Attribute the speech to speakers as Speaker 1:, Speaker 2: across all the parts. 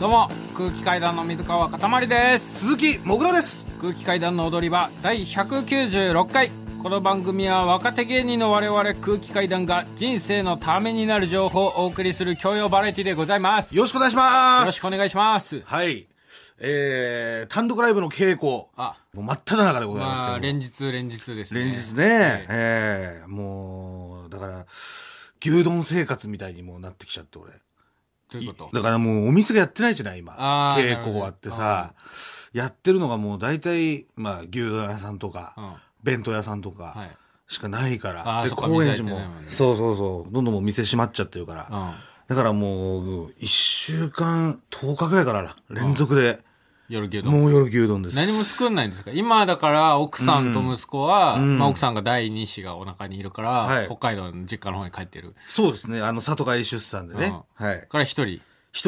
Speaker 1: どうも空気階段の水川かたまりです
Speaker 2: 鈴木もぐらです
Speaker 1: 空気階段の踊り場第196回この番組は若手芸人の我々空気階段が人生のためになる情報をお送りする教養バラエティでございますよ
Speaker 2: よろしくお願いします
Speaker 1: ろしくお願いします
Speaker 2: はいえー、単独ライブの稽古も
Speaker 1: あ
Speaker 2: う真っ只中でござい
Speaker 1: ま
Speaker 2: ま
Speaker 1: あ
Speaker 2: すけど、
Speaker 1: 連日連日ですね
Speaker 2: 連日ね、えー、もうだから牛丼生活みたいにもうなってきちゃって俺
Speaker 1: ということ
Speaker 2: だからもうお店がやってないじゃない今
Speaker 1: あー
Speaker 2: 稽古終わってさやってるのがもう大体、まあ、牛丼屋さんとか、
Speaker 1: うん
Speaker 2: 弁当屋さんと
Speaker 1: は
Speaker 2: か
Speaker 1: い
Speaker 2: しかないから、
Speaker 1: あー
Speaker 2: で
Speaker 1: そっか
Speaker 2: 高円
Speaker 1: 店
Speaker 2: 寺
Speaker 1: やってな
Speaker 2: も
Speaker 1: いもんね
Speaker 2: そうそうそうどんどんもう店閉まっちゃってるから、
Speaker 1: うん
Speaker 2: だからもう1週間10日ぐらいからな連続で、
Speaker 1: 夜牛丼
Speaker 2: もう夜牛丼です
Speaker 1: 何も作んないんですか今だから奥さんと息子は、まあ、奥さんが第二子がお腹にいるから、
Speaker 2: はい
Speaker 1: 北海道の実家の方に帰ってる。
Speaker 2: そうですねあの里帰り出産でね、
Speaker 1: うん
Speaker 2: はい
Speaker 1: から一人。
Speaker 2: 一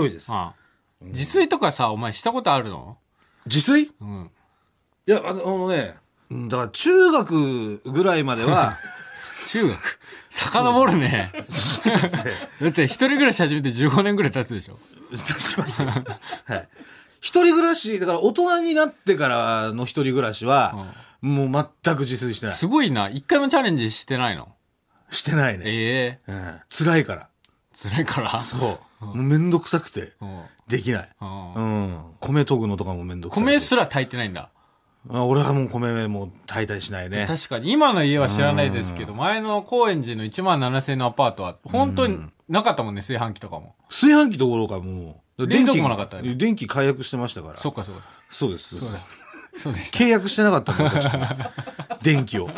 Speaker 2: 人です
Speaker 1: ああ自炊とかさ、お前したことあるの
Speaker 2: 自炊
Speaker 1: うん。
Speaker 2: いやあのあのねうんだから中学ぐらいま では
Speaker 1: 中学。遡るね。
Speaker 2: ですね
Speaker 1: だって一人暮らし始めて15年ぐらい経つでしょ。
Speaker 2: 出しますよはい。一人暮らし、だから大人になってからの一人暮らしは、もう全く自炊してない。
Speaker 1: すごいな。一回もチャレンジしてないの。
Speaker 2: してないね。
Speaker 1: ええ
Speaker 2: うん、辛いから。
Speaker 1: 辛いから。
Speaker 2: そう。もうめんどくさくて、
Speaker 1: うん
Speaker 2: できない。
Speaker 1: うん
Speaker 2: うん。米研ぐのとかもめんどくさい。
Speaker 1: 米すら炊いてないんだ。
Speaker 2: あ俺はもう米もう大体しないね。
Speaker 1: 確かに、今の家は知らないですけど、前の高円寺の1万7000円のアパートは、本当になかったもんね、炊飯器とかも。
Speaker 2: 炊飯器どころかもう、
Speaker 1: 冷蔵庫
Speaker 2: 電気
Speaker 1: もなかったよね
Speaker 2: 電気解約してましたから。
Speaker 1: そっかそっか。
Speaker 2: そうです。そ
Speaker 1: そう
Speaker 2: うで
Speaker 1: だ
Speaker 2: す。。
Speaker 1: そうでした。
Speaker 2: 契約してなかったんだ、 私電気を。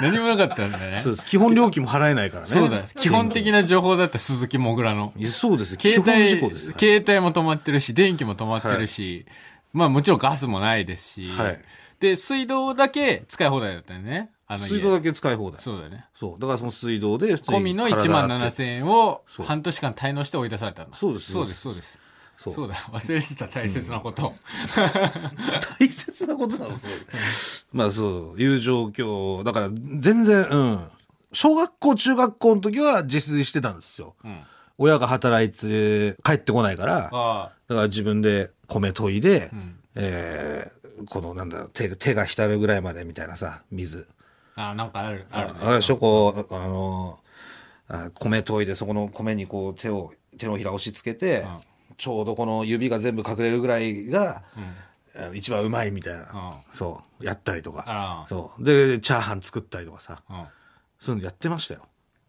Speaker 1: 何もなかったんだね。
Speaker 2: そうです。基本料金も払えないからね。
Speaker 1: そうだ。基本的な情報だった鈴木もぐらの。
Speaker 2: いやそうです。基
Speaker 1: 携
Speaker 2: 本
Speaker 1: 帯
Speaker 2: 事項です。
Speaker 1: 携帯も止まってるし、電気も止まってるし、まあもちろんガスもないですし、
Speaker 2: はい
Speaker 1: で、水道だけ使い放題だったよね。あの家
Speaker 2: 水道だけ使い放題。そう。
Speaker 1: そうだよね。
Speaker 2: だからその水道で普通に
Speaker 1: 込みの
Speaker 2: 体
Speaker 1: 1万
Speaker 2: 洗って
Speaker 1: 7000円を
Speaker 2: そう
Speaker 1: 半年間滞納して追い出されたんだ。
Speaker 2: そうです
Speaker 1: そうです、そうです。
Speaker 2: そう
Speaker 1: そうだ、忘れてた大切なこと。
Speaker 2: 大切なことなの、そう。まあそう、いう状況。だから全然、うん。小学校、中学校の時は自炊してたんですよ。
Speaker 1: うん
Speaker 2: 親が働いて帰ってこないから、だか
Speaker 1: あ
Speaker 2: ら自分で米研いで、
Speaker 1: ん
Speaker 2: えーこのなんだろう手、手が浸るぐらいまでみたいなさ、水。
Speaker 1: あ、あなんかある、あるね。
Speaker 2: あれでしょ、こう、あの、あ米研いで、そこの米にこう手を、手のひら押し付けて、ちょうどこの指が全部隠れるぐらいが、あの一番うまいみたいな、そう、やったりと
Speaker 1: あ
Speaker 2: か
Speaker 1: あ、
Speaker 2: そう。で、チャーハン作ったりとかさ、
Speaker 1: うん
Speaker 2: そういうのやってましたよ。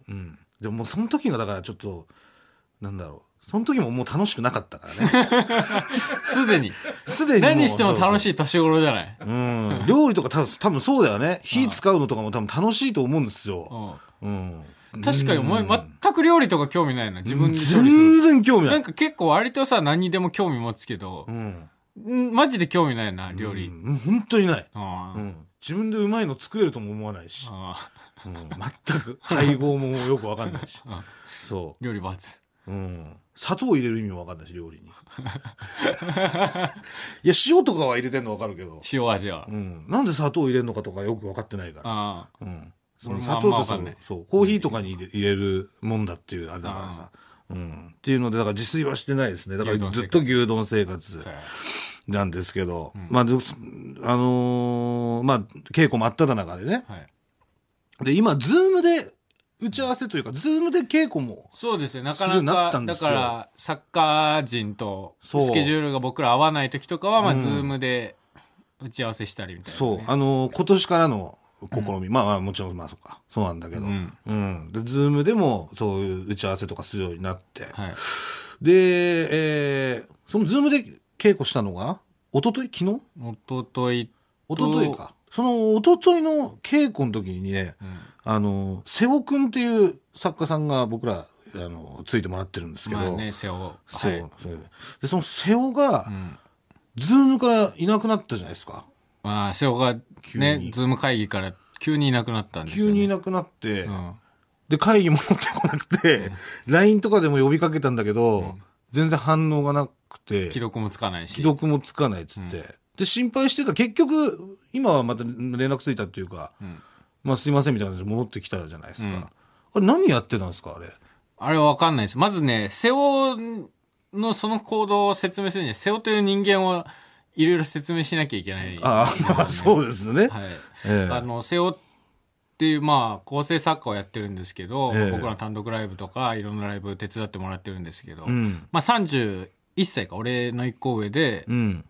Speaker 2: うん。でももうその時がだからちょっと、なんだろう。その時ももう楽しくなかっ たからね。
Speaker 1: す でに。
Speaker 2: すでにう。
Speaker 1: 何しても楽し
Speaker 2: い。
Speaker 1: い年頃じゃない。
Speaker 2: うん。料理とか多分多分そうだよね。火使うのとかも多分楽しいと思うんです
Speaker 1: う
Speaker 2: よ。
Speaker 1: ん
Speaker 2: うん。
Speaker 1: 確かにお前全く料理とか興味ないな。自分で調理する。
Speaker 2: 全然興味な
Speaker 1: ないん。か結構割とさ、何にでも興味持つけど
Speaker 2: う、ん。
Speaker 1: んマジで興味ないな、料理。
Speaker 2: うん本当にない。
Speaker 1: あ
Speaker 2: う
Speaker 1: ー
Speaker 2: ん。自分でうまいの作れるとも思わないし。
Speaker 1: あ
Speaker 2: うん。全く。配合もよくわかんないし。
Speaker 1: ん
Speaker 2: そ
Speaker 1: ー、料理罰。
Speaker 2: う。うん。砂糖入れる意味もわかんないし、料理に。い や、塩とかは入れてんのわかるけど。
Speaker 1: 塩味は
Speaker 2: う。ん。なんで砂糖入れるのかとかよく分かってないから。
Speaker 1: ああ、
Speaker 2: うん。そ
Speaker 1: 俺も
Speaker 2: の砂糖って
Speaker 1: あんま
Speaker 2: そ
Speaker 1: 分かんな
Speaker 2: の
Speaker 1: い
Speaker 2: そう、コーヒーとかに入れ入れるもんだっていうあれだからさ。うん。っていうので、だから自炊はしてないですね。だから
Speaker 1: 牛丼生活
Speaker 2: ずっと牛丼生活。なんですけど、まあ、でそあのーまあ、稽古真っ只中でね。
Speaker 1: はい。
Speaker 2: で、今、ズームで打ち合わせというか、ズームで稽古も、
Speaker 1: そうですね、な
Speaker 2: するよ
Speaker 1: か
Speaker 2: うにな
Speaker 1: な
Speaker 2: った
Speaker 1: か、
Speaker 2: んで
Speaker 1: だ
Speaker 2: すよ
Speaker 1: から、サッカー人と、ス
Speaker 2: そう
Speaker 1: ケジュールが僕ら合わない時とかは、まあ、
Speaker 2: うん
Speaker 1: ズームで打ち合わせしたりみたいなね。
Speaker 2: そう、あのー今年からの試み、まあまあ、もちろん、まあ、そうか、そうなんだけど、
Speaker 1: う
Speaker 2: うんん。で、ズームでも、そういう打ち合わせとかするようになって、
Speaker 1: はい。
Speaker 2: で、えーそのズームで稽古したのが、一昨日昨日
Speaker 1: おととい、
Speaker 2: 一昨日か。その一昨日の稽古の時にね、
Speaker 1: うん
Speaker 2: あの、瀬尾くんっていう作家さんが僕ら、あの、ついてもらってるんですけど、
Speaker 1: まあね、瀬尾。は
Speaker 2: そう、
Speaker 1: い。
Speaker 2: そうで、その瀬尾が
Speaker 1: う、ん
Speaker 2: ズームからいなくなったじゃないですか。
Speaker 1: まあ、瀬尾が
Speaker 2: 急
Speaker 1: ね
Speaker 2: に、
Speaker 1: ズーム会議から急にいなくなったんですよ、
Speaker 2: 急
Speaker 1: ね。
Speaker 2: にい
Speaker 1: な
Speaker 2: なくなって、
Speaker 1: うん。
Speaker 2: で、会議も持ってこなくて、LINE とかでも呼びかけたんだけど、全然反応がなくて、
Speaker 1: 既読もつかないし。
Speaker 2: 既読もつかないっつって、で、心配してた。結局、今はまた連絡ついたっていうか、
Speaker 1: ん
Speaker 2: まあすいませんみたいな感じで戻ってきたじゃないですか。
Speaker 1: うん
Speaker 2: あれ何やってたんですかあれ。
Speaker 1: あれわかんないです。まずね、瀬尾のその行動を説明するには、瀬尾という人間をいろいろ説明しなきゃいけない。
Speaker 2: ああ、まあそうですね。
Speaker 1: はい。
Speaker 2: ええ
Speaker 1: あの、瀬尾っていう、まあ、構成作家をやってるんですけど、
Speaker 2: ええ
Speaker 1: 僕らの単独ライブとか、いろんなライブ手伝ってもらってるんですけど、
Speaker 2: うん。
Speaker 1: まあ、31歳か、俺の一個上で
Speaker 2: う、ん。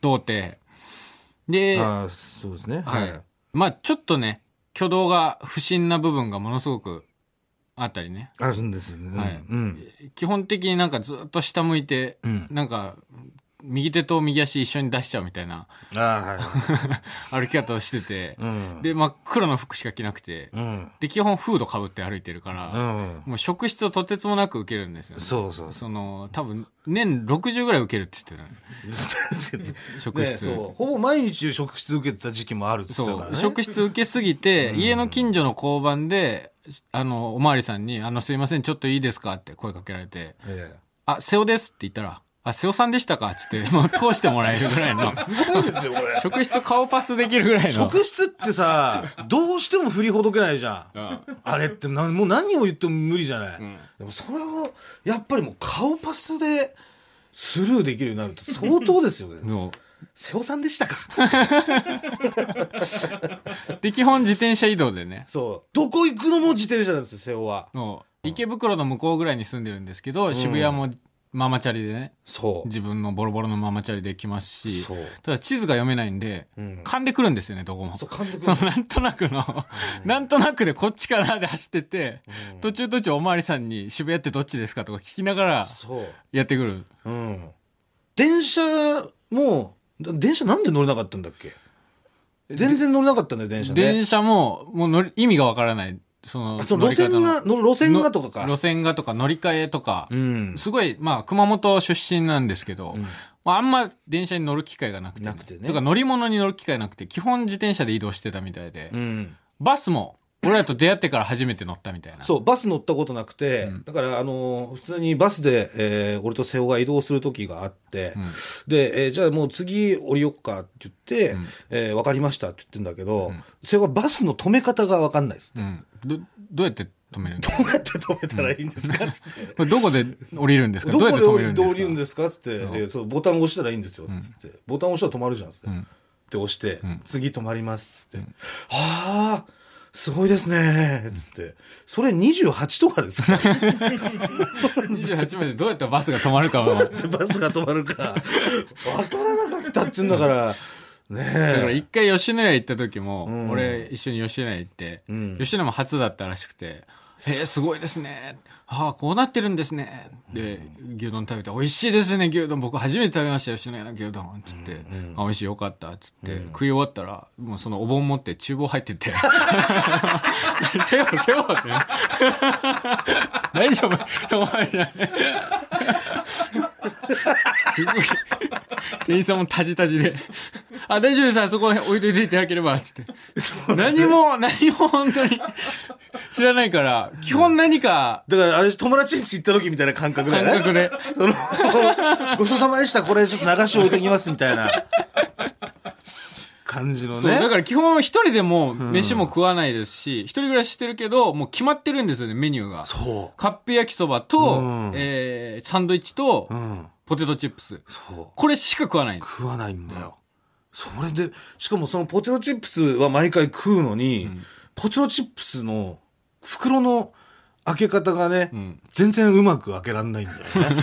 Speaker 1: 童貞。で、
Speaker 2: ああ、そうですね。
Speaker 1: は
Speaker 2: はいい。
Speaker 1: まあ、ちょっとね、挙動が不審な部分がものすごくあったりね。
Speaker 2: あるんですよね。
Speaker 1: はい
Speaker 2: うん。
Speaker 1: 基本的になんかずっと下向いて、
Speaker 2: うん
Speaker 1: なんか、右手と右足一緒に出しちゃうみたいな
Speaker 2: ああ、はいはい。
Speaker 1: 歩き方をしてて、
Speaker 2: うん。
Speaker 1: で、真っ黒の服しか着なくて、
Speaker 2: うん。
Speaker 1: で、基本フード被って歩いてるか
Speaker 2: う
Speaker 1: ら、
Speaker 2: ん。
Speaker 1: もう職質をとてつもなく受けるんですよね。
Speaker 2: そうそうそ
Speaker 1: その、多分、年60ぐらい受けるって言ってたね。
Speaker 2: う。
Speaker 1: 職
Speaker 2: ね
Speaker 1: 質。
Speaker 2: そう。ほぼ毎日職質受けてた時期もあるって言って
Speaker 1: そ
Speaker 2: たから
Speaker 1: う、
Speaker 2: ね。
Speaker 1: 職質受けすぎて、家の近所の交番で、あの、おまわりさんに、あの、すいません、ちょっといいですかって声かけられて、
Speaker 2: え
Speaker 1: あ、瀬尾ですって言ったら、あ、瀬尾さんでしたかっつって、もう通してもらえるぐらい の、
Speaker 2: え。すごいですよ、これ。
Speaker 1: 職質顔パスできるぐらいの。
Speaker 2: 職質ってさ、どうしても振りほどけないじゃ。
Speaker 1: うんん
Speaker 2: あれってな、もう何を言っても無理じゃない。
Speaker 1: ん
Speaker 2: でもそれを、やっぱりもう顔パスでスルーできるようになるって相当ですよね。
Speaker 1: そ
Speaker 2: 瀬尾さんでしたか
Speaker 1: うで、基本自転車移動でね、
Speaker 2: そう。どこ行くのも自転車なんですよ、瀬尾は。
Speaker 1: そう池袋の向こうぐらいに住んでるんですけど、渋谷もママチャリでね、
Speaker 2: そう。
Speaker 1: 自分のボロボロのママチャリで来ますし
Speaker 2: そう、
Speaker 1: ただ地図が読めないんで、
Speaker 2: ん
Speaker 1: 噛んでくるんですよね、どこも。
Speaker 2: そう、監督
Speaker 1: そのなんとなくの、なんとなくでこっちかなで走ってって、途中途中おまわりさんに渋谷ってどっちですかとか聞きながら
Speaker 2: そう。
Speaker 1: やってくる。
Speaker 2: うん。電車も、だ電車なんで乗れなかったんだっけ全然乗れなかったんだよ、電車ね。
Speaker 1: 電車も、もう乗り意味がわからない。その、
Speaker 2: あそう、路線が、の路線がとか
Speaker 1: の
Speaker 2: か
Speaker 1: 路。線がとか乗り換えとか、
Speaker 2: うん。
Speaker 1: すごい、まあ、熊本出身なんですけど、まあ、あんま電車に乗る機会がなくて、
Speaker 2: なくてね
Speaker 1: とか乗り物に乗る機会なくて、基本自転車で移動してたみたいで、
Speaker 2: うん。
Speaker 1: バスも、俺らと出会ってから初めて乗ったみたいな。
Speaker 2: そう、バス乗ったことなくて、だから、あのー普通にバスで、えー俺と瀬尾が移動する時があって、で、えーじゃあもう次降りよっかって言って、えーわかりましたって言ってんだけど、瀬尾はバスの止め方がわかんないです。
Speaker 1: うん。ど、どうやって止めるの
Speaker 2: どうやって止めたらいいんですかっつって。
Speaker 1: これどこで降りるんですか
Speaker 2: ど
Speaker 1: どうや
Speaker 2: こ
Speaker 1: って止
Speaker 2: で降
Speaker 1: め
Speaker 2: り
Speaker 1: るん
Speaker 2: る
Speaker 1: で
Speaker 2: どう
Speaker 1: す
Speaker 2: 降りるん
Speaker 1: か
Speaker 2: ですかっつって、えーそうボタン押したらいいんですよっつって、ボタン押したら止まるじゃんっつって、で押して、次止まりますっつって、はあすごいですねっつって、それ28とかですか
Speaker 1: ?28 までどうやったらバスが止まるかは。
Speaker 2: でバスが止まるか分からなかったっつうんだからね
Speaker 1: だから
Speaker 2: え
Speaker 1: 一回吉野家行った時も、
Speaker 2: ん
Speaker 1: 俺一緒に吉野家行って、
Speaker 2: ん
Speaker 1: 吉野家も初だったらしくて、えー、すごいですね。ああ、こうなってるんですね。で、牛丼食べて、美味しいですね、牛丼。僕初めて食べましたよ、吉野家の牛丼。つって、あ、美味しい、よかった。つって、食い終わったら、もうそのお盆持って厨房入ってって、 せよ、せよってね。 大丈夫 お前じゃない。すごい。 店員さんもタジタジで。あ、大丈夫です。あそこ置いといていただければ、つって。何も、何も本当に知らないから、基本何か
Speaker 2: だからあれ友達ん家行った時みたいな感覚だ
Speaker 1: 感
Speaker 2: よね
Speaker 1: 覚で。
Speaker 2: そのごちそうさまでしたこれちょっと流し置いときますみたいな感じの
Speaker 1: そう、
Speaker 2: ね
Speaker 1: だから基本一人でも飯も食わないですし、一人暮らししてるけど、もう決まってるんですよね、メニューが。
Speaker 2: そ
Speaker 1: カップ焼きそばと、
Speaker 2: うん
Speaker 1: えー、サンドイッチと、
Speaker 2: ううん
Speaker 1: ポテトチップス。
Speaker 2: そう
Speaker 1: これしか食わない。
Speaker 2: 食わないんだよ、それでしかもそのポテトチップスは毎回食うのに、ポテトチップスの袋の開け方がね、
Speaker 1: ん
Speaker 2: 全然うまく開けらんないんだよね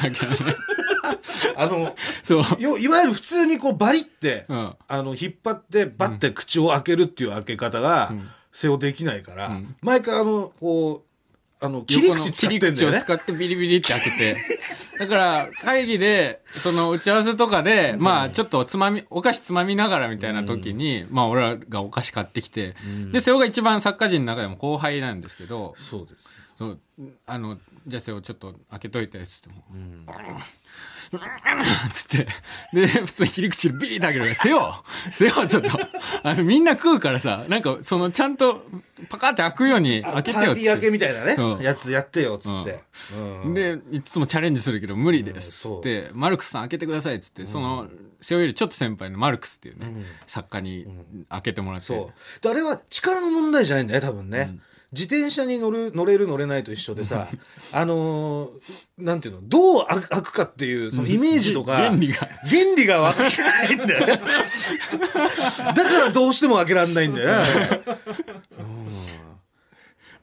Speaker 2: あの
Speaker 1: そう。
Speaker 2: よいわゆる普通にこうバリって、
Speaker 1: うん
Speaker 2: あの引っ張ってバッて口を開けるっていう開け方が、背負できないから、毎回あのこうあの切り口使ってん
Speaker 1: 切
Speaker 2: だ
Speaker 1: り口
Speaker 2: よ
Speaker 1: を
Speaker 2: ね
Speaker 1: 使ってビリビリって開けて。だから、会議で、その打ち合わせとかで、まあ、ちょっとつまみ、お菓子つまみながらみたいな時に、まあ、俺らがお菓子買ってきて、で、瀬尾が一番作家人の中でも後輩なんですけど、
Speaker 2: そうです
Speaker 1: そう、あの、じゃあ瀬尾ちょっと開けといて、つっても。つって。で、普通に切り口でビーって開けるから、せよせよちょっと。あの、みんな食うからさ、なんか、その、ちゃんと、パカって開くように
Speaker 2: あ
Speaker 1: 開け
Speaker 2: パ
Speaker 1: てよ
Speaker 2: ー
Speaker 1: っ
Speaker 2: ティ
Speaker 1: つ
Speaker 2: ー
Speaker 1: っ
Speaker 2: 開け
Speaker 1: て。
Speaker 2: みたいなね、
Speaker 1: うん
Speaker 2: やつやってよっつって、うん
Speaker 1: で、いつもチャレンジするけど無理です。
Speaker 2: うん
Speaker 1: つって、マルクスさん開けてください。つって、その、背負いよりちょっと先輩のマルクスっていうね、作家に開けてもらって。
Speaker 2: そう。であれは力の問題じゃないんだよ、多分ね。自転車に乗る乗れる乗れないと一緒でさ あのーなんていうのどう開く開くかっていうそのイメージとか、
Speaker 1: 原理が。
Speaker 2: 原理が分かってないんだ よねだからどうしても開けられないんだよね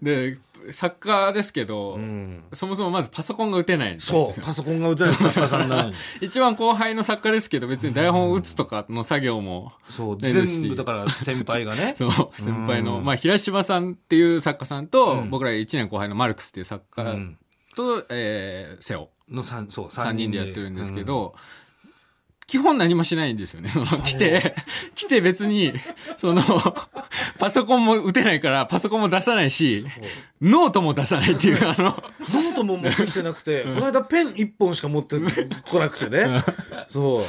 Speaker 1: で、サッカーですけど、
Speaker 2: うん
Speaker 1: そもそもまずパソコンが打てないんですよ
Speaker 2: そうパソコンが打てない作家さんなのに
Speaker 1: 一番後輩の作家ですけど、別に台本を打つとかの作業も、
Speaker 2: そう
Speaker 1: ねですし
Speaker 2: 全部だから先輩がね
Speaker 1: その先輩の、まあ、平柴さんっていう作家さんと、僕ら1年後輩のマルクスっていう作
Speaker 2: う
Speaker 1: 家
Speaker 2: ん
Speaker 1: と、えーセオ、
Speaker 2: の三そう
Speaker 1: 3人でやってるんですけ
Speaker 2: う
Speaker 1: ど、基本何もしないんですよね。その、来て、来て別に、その、パソコンも打てないから、パソコンも出さないし、ノートも出さないっていう、あの、
Speaker 2: ノートも持ってきてなくて、この間ペン1本しか持ってこなくてね。そ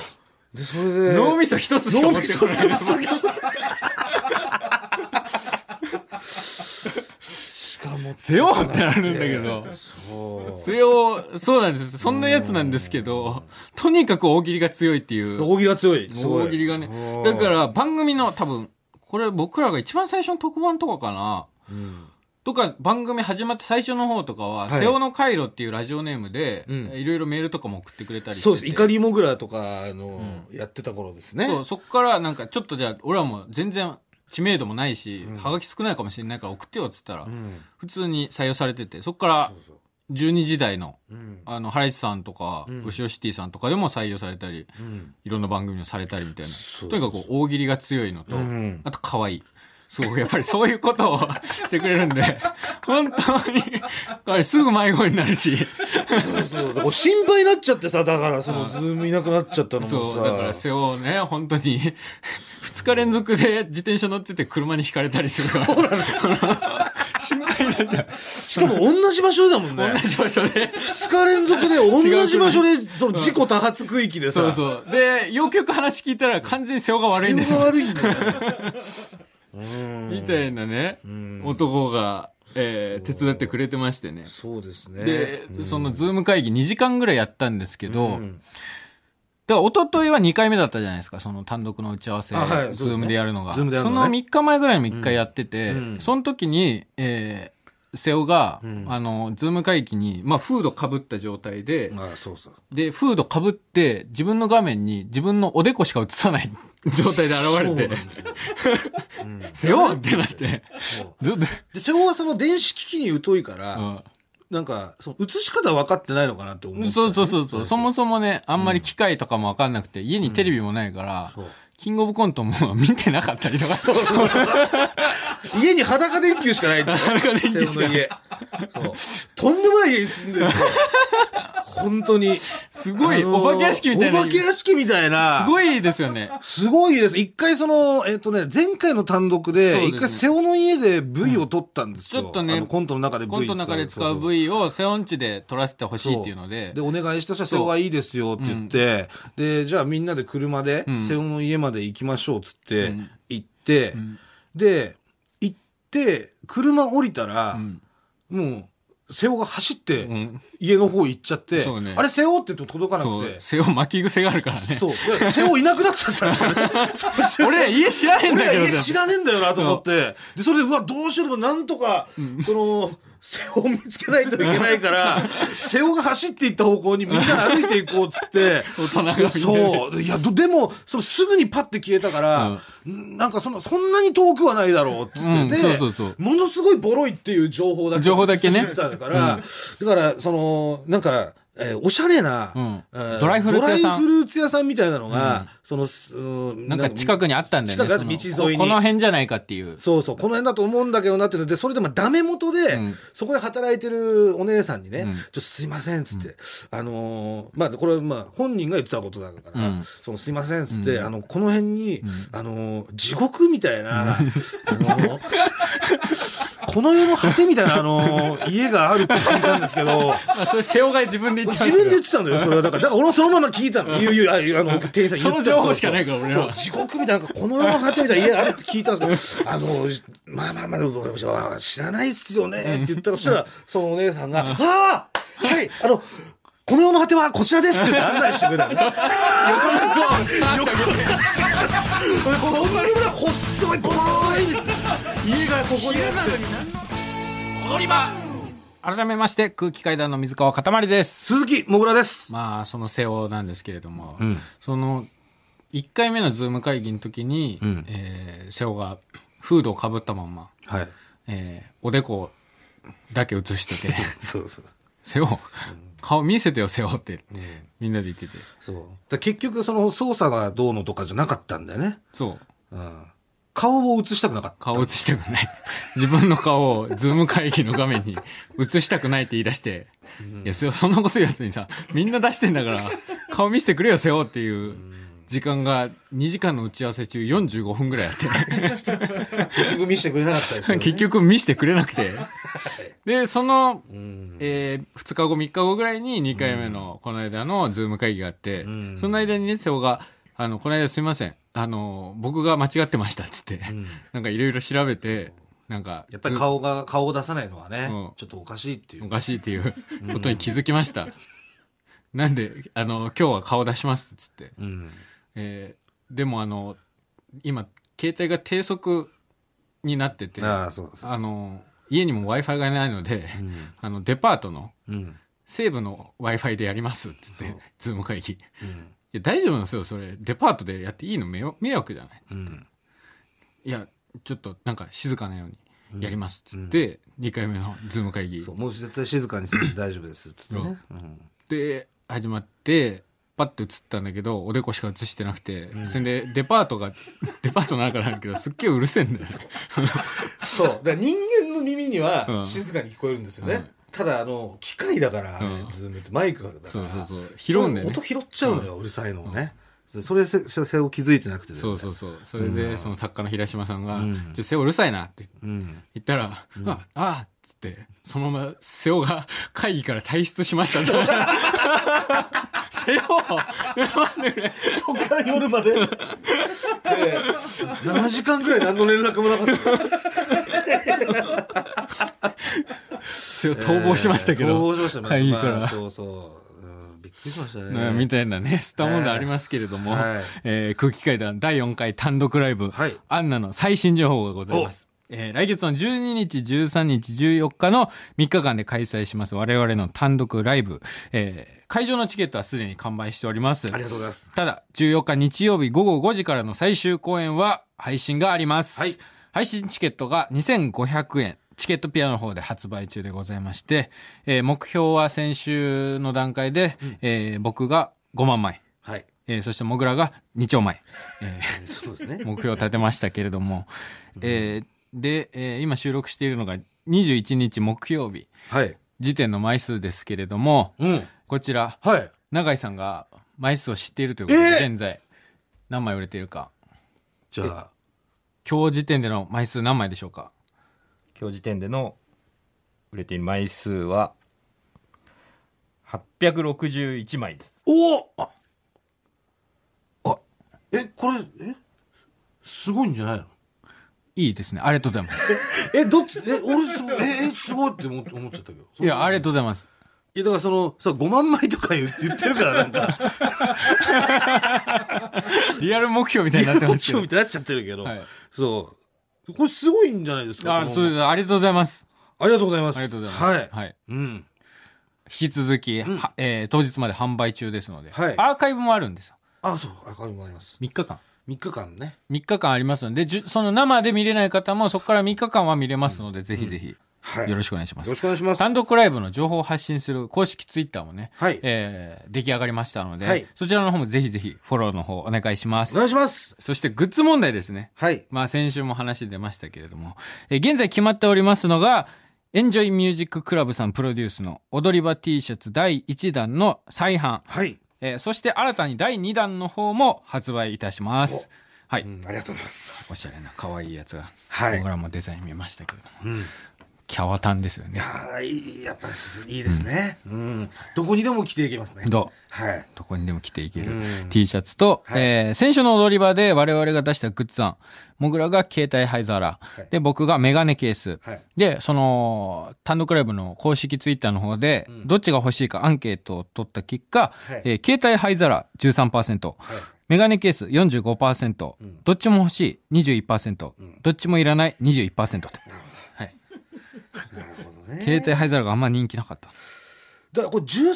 Speaker 2: う。で、それで。
Speaker 1: 脳みそ一つしか持ってこない。
Speaker 2: 脳みそ一つしか持ってこなくて
Speaker 1: 背負うってなるんだけど
Speaker 2: そう。
Speaker 1: それを、そうなんですよ。そんなやつなんですけど、とにかく大喜利が強いっていう。
Speaker 2: 大喜利が強い。すごい
Speaker 1: 大喜利がね
Speaker 2: そ。う
Speaker 1: だから番組の多分、これ僕らが一番最初の特番とかかな。
Speaker 2: うん
Speaker 1: とか番組始まって最初の方とかは、
Speaker 2: はい
Speaker 1: 瀬尾の回路っていうラジオネームで、
Speaker 2: うん
Speaker 1: いろいろメールとかも送ってくれたりしてて。
Speaker 2: そうです。怒りもぐらとか、あの、やってた頃ですね。
Speaker 1: そう、そっからなんかちょっとじゃあ、俺はもう全然知名度もないし、はがき少ないかもしれないから送ってよって言ったら、
Speaker 2: ん
Speaker 1: 普通に採用されてて、そっから
Speaker 2: そう
Speaker 1: 12時台の、
Speaker 2: うん。
Speaker 1: あの、ハライチさんとか、
Speaker 2: ん
Speaker 1: 牛尾シティさんとかでも採用されたり、
Speaker 2: うん。
Speaker 1: いろんな番組をされたりみたいな。
Speaker 2: そう
Speaker 1: とにかく大喜利が強いのと、
Speaker 2: うん
Speaker 1: あと可愛い。すごくやっぱりそういうことを してくれるんで、本当に可愛い、すぐ迷子になるし、
Speaker 2: そうそう。だから心配になっちゃってさ、だからそのズームいなくなっちゃったのもさ。
Speaker 1: そう、だから背をね、本当に、二日連続で自転車乗ってて車にひかれたりするから、 心配になっちゃう。
Speaker 2: しかも同じ場所だもん ね。
Speaker 1: 同じ場所で。
Speaker 2: 2日連続で同じ場所で、その事故多発区域でさ、
Speaker 1: そうそう。で、よくよく話聞いたら完全に背負が悪いんです
Speaker 2: 気
Speaker 1: よ
Speaker 2: が。悪いんだよ。 うん
Speaker 1: みたいなね、男が、えー手伝ってくれてましてね。
Speaker 2: そうですね。
Speaker 1: で、そのズーム会議2時間ぐらいやったんですけど、
Speaker 2: ん
Speaker 1: だから一昨日は2回目だったじゃないですか、その単独の打ち合わせ、
Speaker 2: あはい
Speaker 1: ズームでやるのが。
Speaker 2: そう
Speaker 1: そ
Speaker 2: ですね Zoom でやるのね
Speaker 1: の3日前ぐらいにも1回やってて、
Speaker 2: うんうん
Speaker 1: その時に、えー瀬尾が、あの、ズーム会議に、まあ、フードかぶった状態で、
Speaker 2: ああ、そうそう。
Speaker 1: で、フードかぶって、自分の画面に自分のおでこしか映さない 状態で現れて、瀬尾ってなって、どど
Speaker 2: で、瀬尾はその電子機器に疎いから、
Speaker 1: うん
Speaker 2: なんか、その映し方分かってないのかなって思う。
Speaker 1: そうそうそうそう。そもそもね、あんまり機械とかもわかんなくて、家にテレビもないから、
Speaker 2: そう
Speaker 1: キングオブコントも 見てなかったりとか、
Speaker 2: 家に裸電球しかないんだよ。
Speaker 1: 裸電球しかない
Speaker 2: 瀬尾の家。そう。とんでもない家に住んでるんですよ。本当に。
Speaker 1: すごい、
Speaker 2: あのー
Speaker 1: お化け屋敷みたいな。
Speaker 2: お化け
Speaker 1: す
Speaker 2: 屋敷みたいな。
Speaker 1: ごいですよ ね。
Speaker 2: すごいです。一回その、えっ、とね、前回の単独
Speaker 1: そう
Speaker 2: で、
Speaker 1: です
Speaker 2: 一
Speaker 1: ね
Speaker 2: 回瀬尾の家で V を取ったんですよ。
Speaker 1: うんちょっとね
Speaker 2: あのコントの中で V
Speaker 1: コントの中で使う
Speaker 2: っ
Speaker 1: V をセオンチで撮らせてほしいっていうので
Speaker 2: で、、お願いしたら瀬尾はいいですよって言って、で、じゃあみんなで車で
Speaker 1: ん
Speaker 2: 瀬尾の家まで行きましょうっつって
Speaker 1: うん、
Speaker 2: 行って、
Speaker 1: ん
Speaker 2: で、行って、車降りたら、
Speaker 1: ん
Speaker 2: もう、瀬尾が走って
Speaker 1: ん、
Speaker 2: 家の方行っちゃって、
Speaker 1: そうね
Speaker 2: あれ瀬尾って言っても届かな
Speaker 1: そ
Speaker 2: く
Speaker 1: う、
Speaker 2: て、
Speaker 1: セオン巻き癖があるからね。
Speaker 2: そう、いや瀬尾いなくなっちゃったんだよね
Speaker 1: 俺、家知らねえんだけ
Speaker 2: 俺
Speaker 1: ど
Speaker 2: ら家知らねえんだよなと思って、で、それで、うわ、どうしようともなんとか、その、瀬尾を見つけないといけな いから、瀬尾が走っていった方向にみんな歩いていこうっつって、
Speaker 1: 大人が見てる
Speaker 2: そう。いや、どでも、そのすぐにパッて消えたから、なんかその、そんなに遠くはないだろうっつって、
Speaker 1: うん
Speaker 2: で
Speaker 1: そうそうそう
Speaker 2: ものすごいボロいっていう情報だけ。
Speaker 1: 情報だけね
Speaker 2: 出てたから、だから、その、なんか、えーおしゃれな、
Speaker 1: うん
Speaker 2: えー
Speaker 1: ドライフルーツ屋さん
Speaker 2: ドライフルーツ屋さんみたいなのが、その、すうん
Speaker 1: なんか近くにあったんだよね。
Speaker 2: 近くにあって
Speaker 1: その
Speaker 2: 道沿いに
Speaker 1: この辺じゃないかって いう。
Speaker 2: そうそう、この辺だと思うんだけどなっていうので、それでまあダメ元で、
Speaker 1: ん
Speaker 2: そこで働いてるお姉さんにね、
Speaker 1: ん
Speaker 2: ちょっとすいませんっつって、あのーまあこれはまあ本人が言ってたことだから、
Speaker 1: うん
Speaker 2: そのすいませんっつって、あの、この辺に、あのー地獄みたいな、あのー この世の果てみたいな、あのー家があるって聞いたんですけど、
Speaker 1: まあ、それセオが自分で言ってま
Speaker 2: 自
Speaker 1: し
Speaker 2: 分
Speaker 1: た
Speaker 2: で
Speaker 1: け
Speaker 2: 言
Speaker 1: ど
Speaker 2: ってた んだよ、それは。だから、だから俺はそのまま聞いたの。言う、言う、ああの、店員さんに言った
Speaker 1: その情報しかないから俺は
Speaker 2: そう地獄みたいな、なんかこの世の果てみたいな家あるって聞いたんですけ ど、あの、まあまあまあまあ、知らないっすよね、って言ったら、そしたら、そのお姉さんが、ああはい、あの、この世の果てはこちらですって言って案内してくれたんですよ。 こんなにもない細い、細い、家がここにあって。踊り場
Speaker 1: 改めまして、空気階段の水川かたまりです。
Speaker 2: 鈴木もぐらです
Speaker 1: まあ、その瀬尾なんですけれども、
Speaker 2: ん
Speaker 1: その、1回目のズーム会議の時に、
Speaker 2: ん
Speaker 1: えー瀬尾がフードをかぶったまんま、
Speaker 2: はい
Speaker 1: えーおでこだけ映してて、
Speaker 2: そうそう
Speaker 1: 瀬尾、顔見せてよ、瀬尾って、みんなで言ってて。
Speaker 2: そうだから結局その操作がどうのとかじゃなかったんだよね、
Speaker 1: そう。
Speaker 2: うん、顔を映したくなかった
Speaker 1: 顔映したくない。 自分の顔をズーム会議の画面に映したくないって言い出して、いや、瀬尾そんなこと言うやつにさ、みんな出してんだから、顔見せてくれよ、瀬尾っていう時間が2時間の打ち合わせ中45分ぐらいあっ
Speaker 2: 結局見せてくれなかったです
Speaker 1: て、
Speaker 2: よね
Speaker 1: 結局見せてくれなくて。で、その、えー、2日後、3日後ぐらいに2回目の、この間のズーム会議があって、
Speaker 2: ん
Speaker 1: その間にね、瀬尾が、あの、この間すいません。あの、僕が間違ってましたっつって、 なんかいろいろ調べて、なんか、
Speaker 2: やっぱり顔が顔を出さないのはね、
Speaker 1: うん
Speaker 2: ちょっとおかしいっていう
Speaker 1: おかしいっていうことに気づきました。なんで、あの、今日は顔出しますっつって。
Speaker 2: うん
Speaker 1: えーでもあの、今、携帯が低速になってて、あ
Speaker 2: ああそうそう
Speaker 1: の、家にも Wi-Fi がないので、あの、デパートの
Speaker 2: うん
Speaker 1: 西部の Wi-Fi でやりますっつって、ズーム会議。い
Speaker 2: うん
Speaker 1: や、大丈夫なんですよ、それ。デパートでやっていいの迷惑迷惑じゃない。
Speaker 2: うん
Speaker 1: いや、ちょっとなんか静かなようにやりますっつって、2回目のズーム会議。
Speaker 2: そうもう絶対静かにするんで大丈夫ですっつってね、うん
Speaker 1: で始まってパッて映ったんだけどおでこしか映してなくて、それでデパートが デパートの中なんだけどすっげえうるせえんだよ
Speaker 2: そう。だから人間の耳に
Speaker 1: う
Speaker 2: は
Speaker 1: ん
Speaker 2: 静かに聞こえるんですよね。
Speaker 1: うん
Speaker 2: ただ、あの、機械だから、ね
Speaker 1: うん
Speaker 2: ズームってマイクだから。
Speaker 1: そうそうそう拾うんだよね
Speaker 2: そ音拾っちゃうのよ、うるさいのをね。それ、せ、せ、を気づいてなくて、。
Speaker 1: そうそううそうそれでその作家の平島さんが
Speaker 2: うん
Speaker 1: 「ちょ瀬尾うるさいな」って
Speaker 2: うん。
Speaker 1: 言ったら「ああ」っつってそのまま瀬尾が会議から退出しました って瀬尾
Speaker 2: そこから夜まで。 で、7時間ぐらい何の連絡もなかった。
Speaker 1: 瀬尾逃亡しましたけ
Speaker 2: えー逃
Speaker 1: ど、
Speaker 2: 亡しましたね。
Speaker 1: 会議から
Speaker 2: まあそうそう。うんびっくりしましたね。
Speaker 1: みたいなね、スタモンドありますけれども、
Speaker 2: はい
Speaker 1: えー空気階段第4回単独ライブ、
Speaker 2: はい
Speaker 1: アンナの最新情報がございます。えー来月の12日、13日、14日の3日間で開催します我々の単独ライブ、えー会場のチケットはすでに完売しております
Speaker 2: あ。りがとうございます。
Speaker 1: ただ、14日日曜日午後5時からの最終公演は配信があります。
Speaker 2: はい
Speaker 1: 配信チケットが2500円。チケットピアの方で発売中でございまして、えー目標は先週の段階で、えー僕が5万枚、
Speaker 2: はい。
Speaker 1: えーそしてもぐらが2兆枚、えー
Speaker 2: そうですね。
Speaker 1: 目標を立てましたけれども、えーで、えー今収録しているのが21日木曜日
Speaker 2: はい。
Speaker 1: 時点の枚数ですけれども、
Speaker 2: うん。
Speaker 1: こちら、
Speaker 2: はい。
Speaker 1: 永井さんが枚数を知っているということで、
Speaker 2: えー
Speaker 1: 現在何枚売れているか
Speaker 2: じゃあ、
Speaker 1: 今日時点での枚数何枚でしょうか
Speaker 3: 今日時点での売れている枚数は861枚です
Speaker 2: おおああえこれえすごいんじゃないの
Speaker 1: いいですねありがとうございます
Speaker 2: えどっちえ俺すごいええすごいって思思っちゃったけど
Speaker 1: いやあり
Speaker 2: れ
Speaker 1: がとうございます
Speaker 2: いやだからそのさ5万枚とか言言ってるからなんか
Speaker 1: リアル目標みたいになってますけ
Speaker 2: 今
Speaker 1: ど
Speaker 2: 日みたいになっちゃってるけど、
Speaker 1: はい
Speaker 2: そうこれすごいんじゃないですか
Speaker 1: あそう
Speaker 2: す
Speaker 1: ですありがとうございます
Speaker 2: ありがとうございます
Speaker 1: ありがとうございます
Speaker 2: はい、
Speaker 1: はい
Speaker 2: うん
Speaker 1: 引き続き、はえー当日まで販売中ですので、
Speaker 2: はい
Speaker 1: アーカイブもあるんですよ
Speaker 2: あそうあかります
Speaker 1: 3日間
Speaker 2: 3日間ね
Speaker 1: 3日間ありますのでじゅその生で見れない方もそこから3日間は見れますので、ぜひぜひ
Speaker 2: はい
Speaker 1: よろ
Speaker 2: よ
Speaker 1: しくお願いします、
Speaker 2: ろしくお願いします
Speaker 1: 単独ライブの情報を発信する公式ツイッターもね、
Speaker 2: はい
Speaker 1: えー出来上がりましたので、
Speaker 2: はい
Speaker 1: そちらの方もぜひぜひフォローの方お願いしま
Speaker 2: お
Speaker 1: す。
Speaker 2: 願いします
Speaker 1: そしてグッズ問題ですね。
Speaker 2: はい
Speaker 1: まあ先週も話出ましたけれども、えー現在決まっておりますのが、エンジョイミュージッククラブさんプロデュースの踊り場 T シャツ第1弾の再販、
Speaker 2: はい、。
Speaker 1: えーそして新たに第2弾の方も発売いたします。はいう
Speaker 2: ん、ありがとうございます
Speaker 1: おしゃれな可愛いやつが、
Speaker 2: はい
Speaker 1: 僕らもデザイン見ましたけれども、
Speaker 2: うん
Speaker 1: キャワタンですよね。
Speaker 2: はい、やっぱりすいいですね。うん。どこにでも着ていけますね。
Speaker 1: どう
Speaker 2: はい。
Speaker 1: どこにでも着ていける
Speaker 2: うん
Speaker 1: T シャツと、
Speaker 2: はい
Speaker 1: えー先週の踊り場で我々が出したグッズ案、もぐらが携帯灰皿、
Speaker 2: はい
Speaker 1: で、僕がメガネケース、
Speaker 2: はい。
Speaker 1: で、その、単独ライブの公式ツイッターの方で、
Speaker 2: ん
Speaker 1: どっちが欲しいかアンケートを取った結果、
Speaker 2: はい
Speaker 1: えー携帯灰皿13%、
Speaker 2: はい。
Speaker 1: メガネケース45%、
Speaker 2: ん
Speaker 1: どっちも欲しい21%、
Speaker 2: ん
Speaker 1: どっちもいらない21%と。
Speaker 2: なる
Speaker 1: はい。
Speaker 2: ほど。なるほどね
Speaker 1: 携帯灰皿があんま人気なかった。
Speaker 2: だからこれ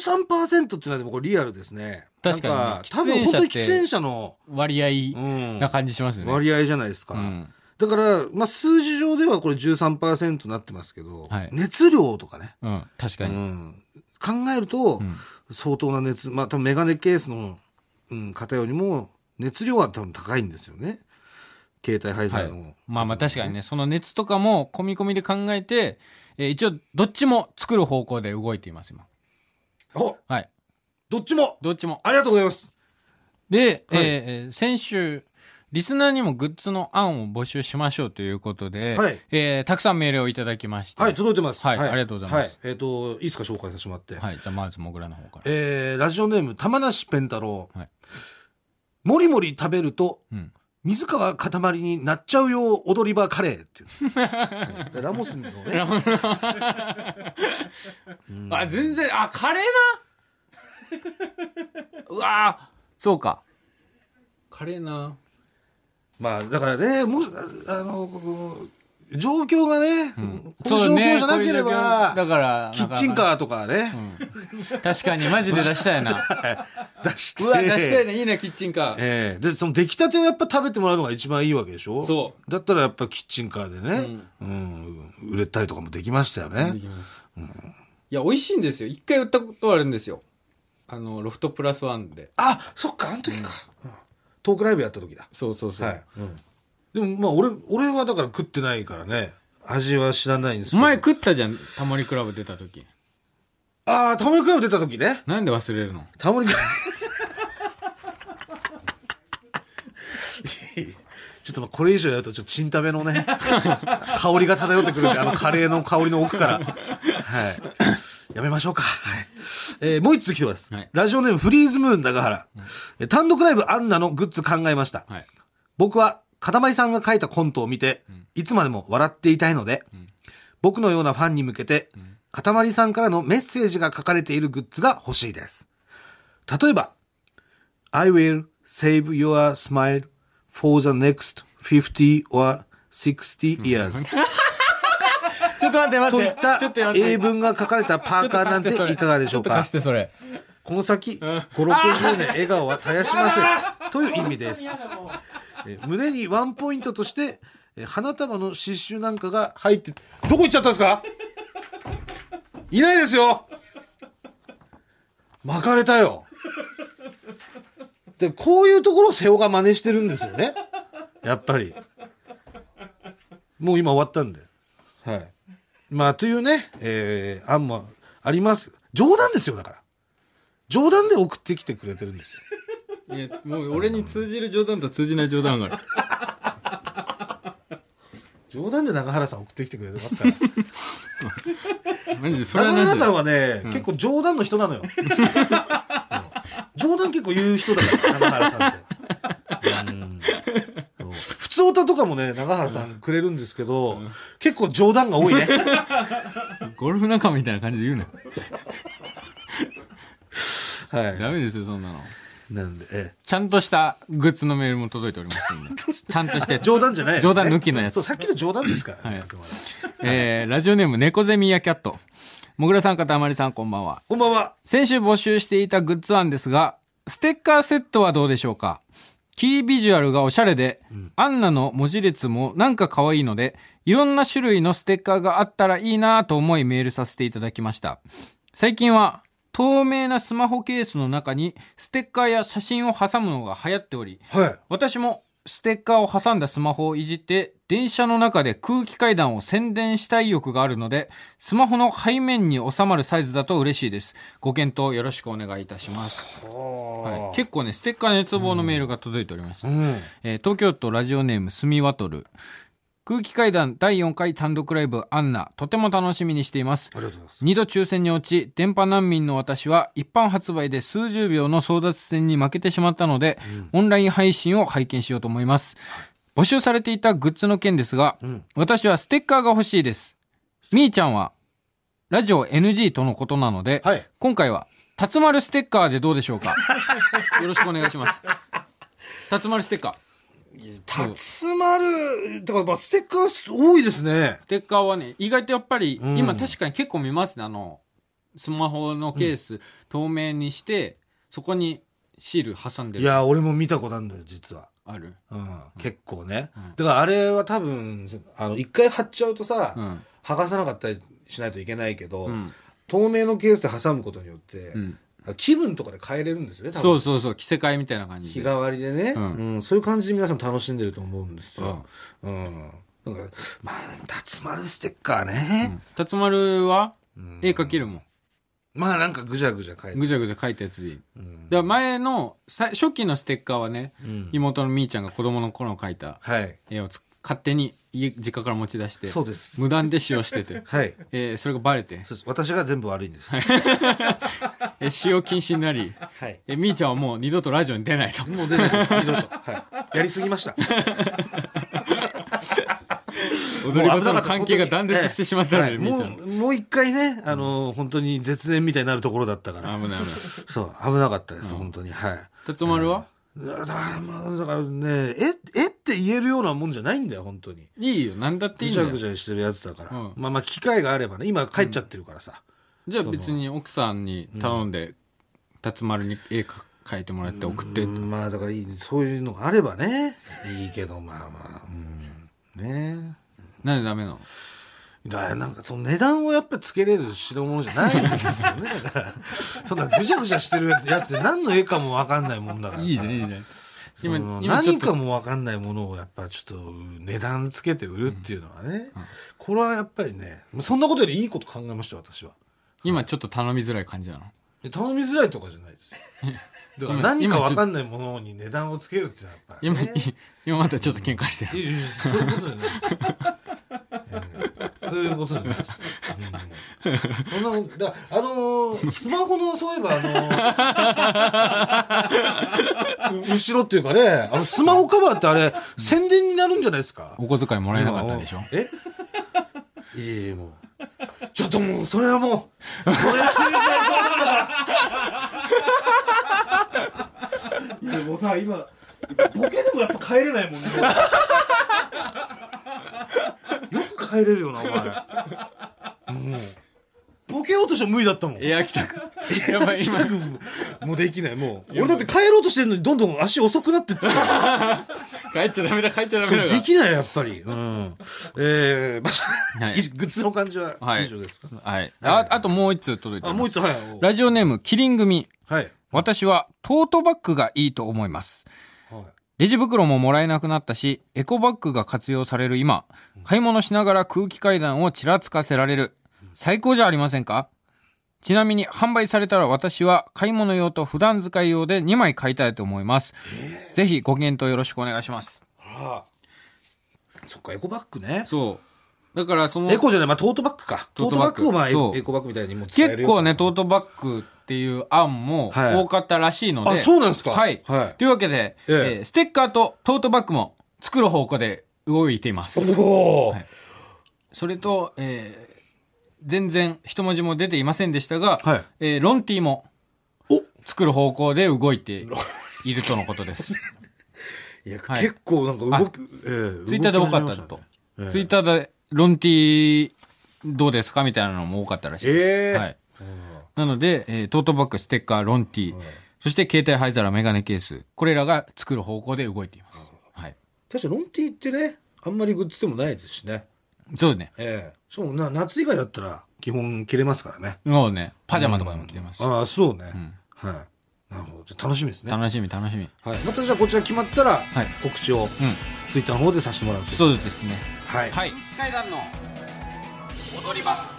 Speaker 2: 13%っていうのはでもこれリアルですね
Speaker 1: 確かにね
Speaker 2: なん多
Speaker 1: 喫
Speaker 2: 分
Speaker 1: 煙
Speaker 2: 本
Speaker 1: 者
Speaker 2: 当
Speaker 1: って
Speaker 2: に喫煙者の、
Speaker 1: 割
Speaker 2: う
Speaker 1: 合
Speaker 2: ん
Speaker 1: な感じしますよね。
Speaker 2: 割合じゃないですか、
Speaker 1: うん
Speaker 2: だから、まあ、数字上ではこれ13%になってますけど、
Speaker 1: はい
Speaker 2: 熱量とかね、
Speaker 1: うん、確か
Speaker 2: う
Speaker 1: に。
Speaker 2: ん、考えると
Speaker 1: ん
Speaker 2: 相当な熱、まあ多分メガネケースの、うん、方よりも熱量は多分高いんですよね携帯
Speaker 1: は
Speaker 2: 配剤
Speaker 1: い
Speaker 2: の、。
Speaker 1: まあまあ確かにね、その熱とかも込み込みで考えて、えー一応どっちも作る方向で動いています、今。
Speaker 2: お
Speaker 1: はい。
Speaker 2: どっちも
Speaker 1: どっちも。
Speaker 2: ありがとうございます
Speaker 1: で、
Speaker 2: はい
Speaker 1: えー先週、リスナーにもグッズの案を募集しましょうということで、
Speaker 2: はい
Speaker 1: えーたくさんメールをいただきまして、
Speaker 2: はい届いてます
Speaker 1: はいありがとうございます
Speaker 2: はえっ、といいですか紹介させてもらって、
Speaker 1: はいじゃあまずもぐらの方から。
Speaker 2: えーラジオネーム玉梨ペン太郎、
Speaker 1: はい
Speaker 2: もりもり食べると
Speaker 1: うん。
Speaker 2: 水川かたまりになっちゃうよ踊り場カレ ーっていう、はいラモスのね
Speaker 1: あ、全然、あ、カレーなう わーそうか。カレーな。
Speaker 2: まあだからねもうああのこう状況がね、こ
Speaker 1: そ
Speaker 2: の
Speaker 1: う
Speaker 2: 状
Speaker 1: ね
Speaker 2: 況じゃなけれ
Speaker 1: こういう状況だ
Speaker 2: ば
Speaker 1: から、
Speaker 2: キッチンカーとかね、
Speaker 1: ー。確かに、マジで出したいな。
Speaker 2: 出して
Speaker 1: うわ、出したいな、いいな、キッチンカー。
Speaker 2: ええでその出来たてをやっぱ食べてもらうのが一番いいわけでしょ
Speaker 1: そう
Speaker 2: だったらやっぱキッチンカーでね、うん売れたりとかもできましたよね、
Speaker 1: いや、美味しいんですよ。一回売ったことあるんですよ。あの、ロフトプラスワンで。
Speaker 2: あそっかあの時か、うんトークライブやった時だ
Speaker 1: そうそうそう。
Speaker 2: はい、でもまあ俺俺はだから食ってないからね味は知らないんですけ
Speaker 1: お
Speaker 2: ど
Speaker 1: 前食ったじゃん、タモリクラブ出た時。
Speaker 2: ああタモリクラブ出た時ね
Speaker 1: なんで忘れるの
Speaker 2: タモリクラ ブちょっとまあこれ以上やるとちょっとチンタベのね香りが漂ってくるんであのカレーの香りの奥からはいやめましょうか。はい。えーもう一つ来てます。
Speaker 1: はい
Speaker 2: ラジオネームフリーズムーン長原。えー単独ライブアンナのグッズ考えました。
Speaker 1: はい。
Speaker 2: 僕は、かたまりさんが書いたコントを見て、いつまでも笑っていたいので、僕のようなファンに向けて、かたまりさんからのメッセージが書かれているグッズが欲しいです。例えば、I will save your smile for the next 50 or 60 years、
Speaker 1: ちょっと待って待
Speaker 2: と
Speaker 1: っ
Speaker 2: い
Speaker 1: て
Speaker 2: っ。た
Speaker 1: ちょっと待って。
Speaker 2: 英文が書かれたパーカーなんていかがでし
Speaker 1: ち
Speaker 2: ょう
Speaker 1: ょっと
Speaker 2: か
Speaker 1: 貸してそれ。
Speaker 2: この先、5、60年笑顔は絶やしません。という意味です。え胸にワンポイントとして、え花束の刺繍なんかが入って、どこ行っちゃったんですかいないですよ巻かれたよ。で、こういうところを瀬尾が真似してるんですよね。やっぱり。もう今終わったんで。はい。まあ、というね、えー、案もあります。冗談ですよ、だから。冗談で送ってきてくれてるんですよ。
Speaker 1: いや、もう俺に通じる冗談と通じない冗談がある。
Speaker 2: 冗談で中原さん送ってきてくれてま すから。
Speaker 1: マジで、それは
Speaker 2: 中原
Speaker 1: 何
Speaker 2: さ
Speaker 1: だ
Speaker 2: んはね、結構冗談の人 なのよ。うん冗談結構言う人だから、中原さんって。うんそう普通歌とかもね、中原さんくれるんですけど、結構冗談が多 いね。
Speaker 1: ゴルフ仲間みたいな感じで言うなよ。
Speaker 2: は
Speaker 1: ダメですよ、そんなの。
Speaker 2: い。なんで、え
Speaker 1: ちゃんとしたグッズのメールも届いておりますんで。ちゃんとしたや
Speaker 2: え
Speaker 1: つ。
Speaker 2: 冗談じゃないやつね
Speaker 1: 冗談抜きのやつ
Speaker 2: そう、さっきの冗談ですからね。
Speaker 1: はい
Speaker 2: あくまで
Speaker 1: えー、ラジオネーム猫ゼミやキャット。もぐらさん、かたまりさん、こんばんは。
Speaker 2: こんばんは。
Speaker 1: 先週募集していたグッズ案ですが、ステッカーセットはどうでしょうかキービジュアルがおしゃれで、アンナの文字列もなんか可愛いので、いろんな種類のステッカーがあったらいいなぁと思いメールさせていただきました。最近は、透明なスマホケースの中にステッカーや写真を挟むのが流行っており、
Speaker 2: はい。
Speaker 1: 私もステッカーを挟んだスマホをいじって電車の中で空気階段を宣伝したい欲があるのでスマホの背面に収まるサイズだと嬉しいですご検討よろしくお願いいたします、はい、結構ねステッカー熱望のメールが届いておりました、
Speaker 2: うん。
Speaker 1: えー東京都ラジオネームすみわとる空気階段第4回単独ライブアンナとても楽しみにしています
Speaker 2: ありがとうございます。
Speaker 1: 二度抽選に落ち、電波難民の私は一般発売で数十秒の争奪戦に負けてしまったので、オンライン配信を拝見しようと思います。募集されていたグッズの件ですが、
Speaker 2: ん
Speaker 1: 私はステッカーが欲しいです。みーちゃんは、ラジオ NG とのことなので、
Speaker 2: はい
Speaker 1: 今回は、辰丸ステッカーでどうでしょうかよろしくお願いします。辰丸ステッカー。
Speaker 2: たつまる、だからまあステッカー多いですね
Speaker 1: ス。テッカーはね、意外とやっぱり、
Speaker 2: うん
Speaker 1: 今確かに結構見ますね、あの、スマホのケース、透明にして、そこにシール挟んで
Speaker 2: い
Speaker 1: る。
Speaker 2: や、俺も見たことあるのよ、実は。
Speaker 1: ある。
Speaker 2: うん、結構ね、
Speaker 1: ん
Speaker 2: だからあれは多分、あの、一回貼っちゃうとさ、
Speaker 1: うん。
Speaker 2: 剥がさなかったりしないといけないけど、
Speaker 1: うん。
Speaker 2: 透明のケースで挟むことによって、
Speaker 1: うん。
Speaker 2: 気分とかで変えれるんですよね、多分
Speaker 1: そうそうそう、着せ替えみたいな感
Speaker 2: 日
Speaker 1: じで。
Speaker 2: 替わりでね、う
Speaker 1: うんん
Speaker 2: そういう感じで皆さん楽しんでると思うんですよ。うん。なんか、まあ、辰丸ステッカーね。
Speaker 1: 辰丸は
Speaker 2: うん
Speaker 1: 絵描けるもん。
Speaker 2: まあ、なんかぐじゃぐじゃ書いて
Speaker 1: ぐちゃぐちゃ描いたやつでいい。
Speaker 2: うん
Speaker 1: だから前の、さ初期のステッカーはね、
Speaker 2: うん
Speaker 1: 妹のみーちゃんが子供の頃描いた
Speaker 2: はい。
Speaker 1: 絵をつ勝手に家、実家から持ち出して、
Speaker 2: そうです。。
Speaker 1: 無断で使用してて
Speaker 2: はい。
Speaker 1: えーそれがバレて、
Speaker 2: そうです私が全部悪いんです。
Speaker 1: えー使用禁止になり、
Speaker 2: はい。
Speaker 1: えーみーちゃんはもう二度とラジオに出ないと。
Speaker 2: もう出ないです、二 度と。はい。やりすぎました。
Speaker 1: 踊り子との関係が断絶してしまったの
Speaker 2: は
Speaker 1: に、
Speaker 2: い
Speaker 1: みー
Speaker 2: も
Speaker 1: ちゃんの。
Speaker 2: う、もう一回ね、あの、本当に絶縁みたいになるところだったから。
Speaker 1: 危ない危ない。
Speaker 2: そう、危なかったです、本当に。はい。
Speaker 1: 辰丸は
Speaker 2: だから、まあ、だからね、え、えって言えるようなもんじゃないんだよ、本当に。
Speaker 1: いいよ、なんだってい
Speaker 2: ぐ
Speaker 1: いんだ
Speaker 2: ちゃ
Speaker 1: よ
Speaker 2: ぐ。ちゃしてるやつだから。
Speaker 1: うん
Speaker 2: まあまあ、機会があればね、今帰っちゃってるからさ。
Speaker 1: じゃあ別に奥さんに頼んで、辰丸に絵か描いてもらって送って
Speaker 2: う。んまあ、だからいい、そういうのがあればね、いいけど、まあまあ、うん、ね
Speaker 1: なんでダメなの
Speaker 2: だからなんかその値段をやっぱつけれる代物じゃないんですよね。だから、そんなぐちゃぐちゃしてるやつ、何の絵かもわかんないもんだからさ。
Speaker 1: いいじゃん、いいじゃん。今、
Speaker 2: その
Speaker 1: 今ちょ
Speaker 2: 何
Speaker 1: っと
Speaker 2: かも分かんないものをやっぱちょっと値段つけて売るっていうのはね、これはやっぱりねそんなことよりいいこと考えましたよ私は
Speaker 1: 今ちょっと頼みづらい感じなの。
Speaker 2: で頼みづらいとかじゃないですよだから
Speaker 1: 今
Speaker 2: 何
Speaker 1: 今
Speaker 2: か
Speaker 1: ちょ
Speaker 2: 分かんないものに値段をつけるっていうのはやっ
Speaker 1: 今
Speaker 2: ぱり、ね、、
Speaker 1: 今またちょっと喧嘩して
Speaker 2: い
Speaker 1: る。
Speaker 2: やいやそういうことじゃない、うんそういうことじゃないです、うん、そんなだからあのースマホのそういえばあのーう後ろっていうかねあのスマホカバーってあれ宣伝になるんじゃないですか
Speaker 1: お小遣いもらえなかったでしょ
Speaker 2: えいえい えもうちょっともうそれはもうそれは注意し ないといやもうさ今ボケでもやっぱ帰れないもんね よく帰れるよなお前もうボケようとしても無理だったもん
Speaker 1: エア来たか。 やばい、今。
Speaker 2: もうできないもう俺だって帰ろうとしてるのにどんどん足遅くなってってた
Speaker 1: 帰っちゃダメだ、帰っちゃダ
Speaker 2: そ
Speaker 1: メだ
Speaker 2: れ
Speaker 1: から
Speaker 2: で。きないやっぱりうんえーまあ
Speaker 1: はい
Speaker 2: 以上グッズの感じは
Speaker 1: はい
Speaker 2: 以上ですか、
Speaker 1: はい。あ、あともう一通届いて
Speaker 2: あ
Speaker 1: ます。
Speaker 2: もう一つはい
Speaker 1: ラジオネーム、キリン組。
Speaker 2: はい
Speaker 1: 私はトートバッグがいいと思います。
Speaker 2: はい
Speaker 1: レジ袋ももらえなくなったし、エコバッグが活用される今、買い物しながら空気階段をちらつかせられる。最高じゃありませんかちなみに販売されたら私は買い物用と普段使い用で2枚買いたいと思います。ぜひご検討よろしくお願いします。
Speaker 2: あらそっかエコバッグね
Speaker 1: そう。だからその
Speaker 2: エ、コじゃないまあトートバッグかト
Speaker 1: トート
Speaker 2: ートバ
Speaker 1: バ
Speaker 2: ッ
Speaker 1: ッ
Speaker 2: グ
Speaker 1: グ
Speaker 2: をまあエ
Speaker 1: そう
Speaker 2: エコバッグみたいにもう使える
Speaker 1: 結構
Speaker 2: ね
Speaker 1: ね、トートバッグっていう案も
Speaker 2: はい
Speaker 1: 多かったらしいので。
Speaker 2: あそうなんですか
Speaker 1: はい。
Speaker 2: はい
Speaker 1: というわけで、
Speaker 2: え
Speaker 1: え
Speaker 2: え
Speaker 1: ーステッカーとトートバッグも作る方向で動いています。
Speaker 2: おお、
Speaker 1: はいそれと、えー全然一文字も出ていませんでしたが、
Speaker 2: はい
Speaker 1: えーロンティも
Speaker 2: お
Speaker 1: 作る方向で動いているとのこと です。
Speaker 2: いや、
Speaker 1: はい
Speaker 2: 結構なんか動く、えー
Speaker 1: ツイッターで多かったと。ツイッターでロンティどうですかみたいなのも多かったらしいです。
Speaker 2: ええ
Speaker 1: はい。なので、えートートバッグ、ステッカー、ロンティそして携帯灰皿、メガネケース、これらが作る方向で動いています。はい。
Speaker 2: 確かにロンティってねあんまりグッズでもないですしね
Speaker 1: そうね。
Speaker 2: ええしかもな夏以外だったら基本着れますからね
Speaker 1: もうね、パジャマとかでも着てます。
Speaker 2: ああそうね、はいなるほどじゃあ楽しみですね
Speaker 1: 楽しみ、楽しみ。
Speaker 2: はい、またじゃあこちら決まったら
Speaker 1: はい
Speaker 2: 告知を
Speaker 1: うん。
Speaker 2: ツイッターの方でさせてもらうという
Speaker 1: そうですね。
Speaker 2: はい、
Speaker 1: はい。空気階段の踊り場。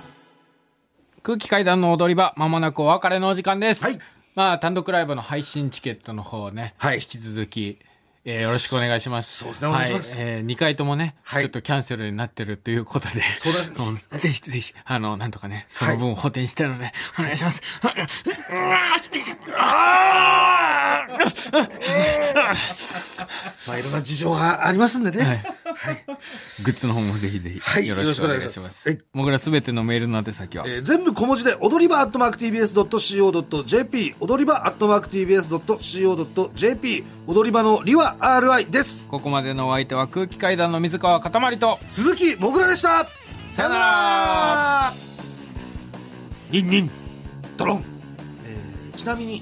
Speaker 1: 空気階段の踊り場、まもなくお別れのお時間です。
Speaker 2: はい
Speaker 1: まあ、単独ライブの配信チケットの方をね、
Speaker 2: はい
Speaker 1: 引き続き、えーよろしくお願いします。そう
Speaker 2: ですねお願いします
Speaker 1: えー、2回ともね、
Speaker 2: はい
Speaker 1: ちょっとキャンセルになってるということで、
Speaker 2: うなんです
Speaker 1: うんぜひぜひ、あの、なんとかね、その分補填してるので、お願いします。うわーうわー
Speaker 2: まあ、いろんな事情がありますんでね。
Speaker 1: はい。グッズの方もぜひぜひ、
Speaker 2: はい
Speaker 1: よろしくお願いしま
Speaker 2: よろしくお願いしますは
Speaker 1: す
Speaker 2: い。
Speaker 1: 僕らすべてのメールの宛先は、
Speaker 2: えー全部小文字で踊り場アットマーク TBS.CO.JP 踊り場アットマーク TBS.CO.JP 踊り場のりは RI です
Speaker 1: ここまでのお相手は空気階段の水川かたまりと、
Speaker 2: 鈴木もぐらでした
Speaker 1: さよなら
Speaker 2: ニンニンドロン、えーちなみに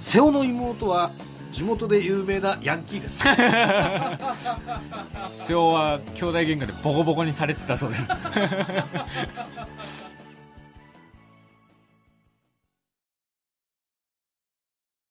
Speaker 2: 瀬尾の妹は地元で有名なヤンキーです
Speaker 1: 瀬尾は兄弟喧嘩でボコボコにされてたそうです。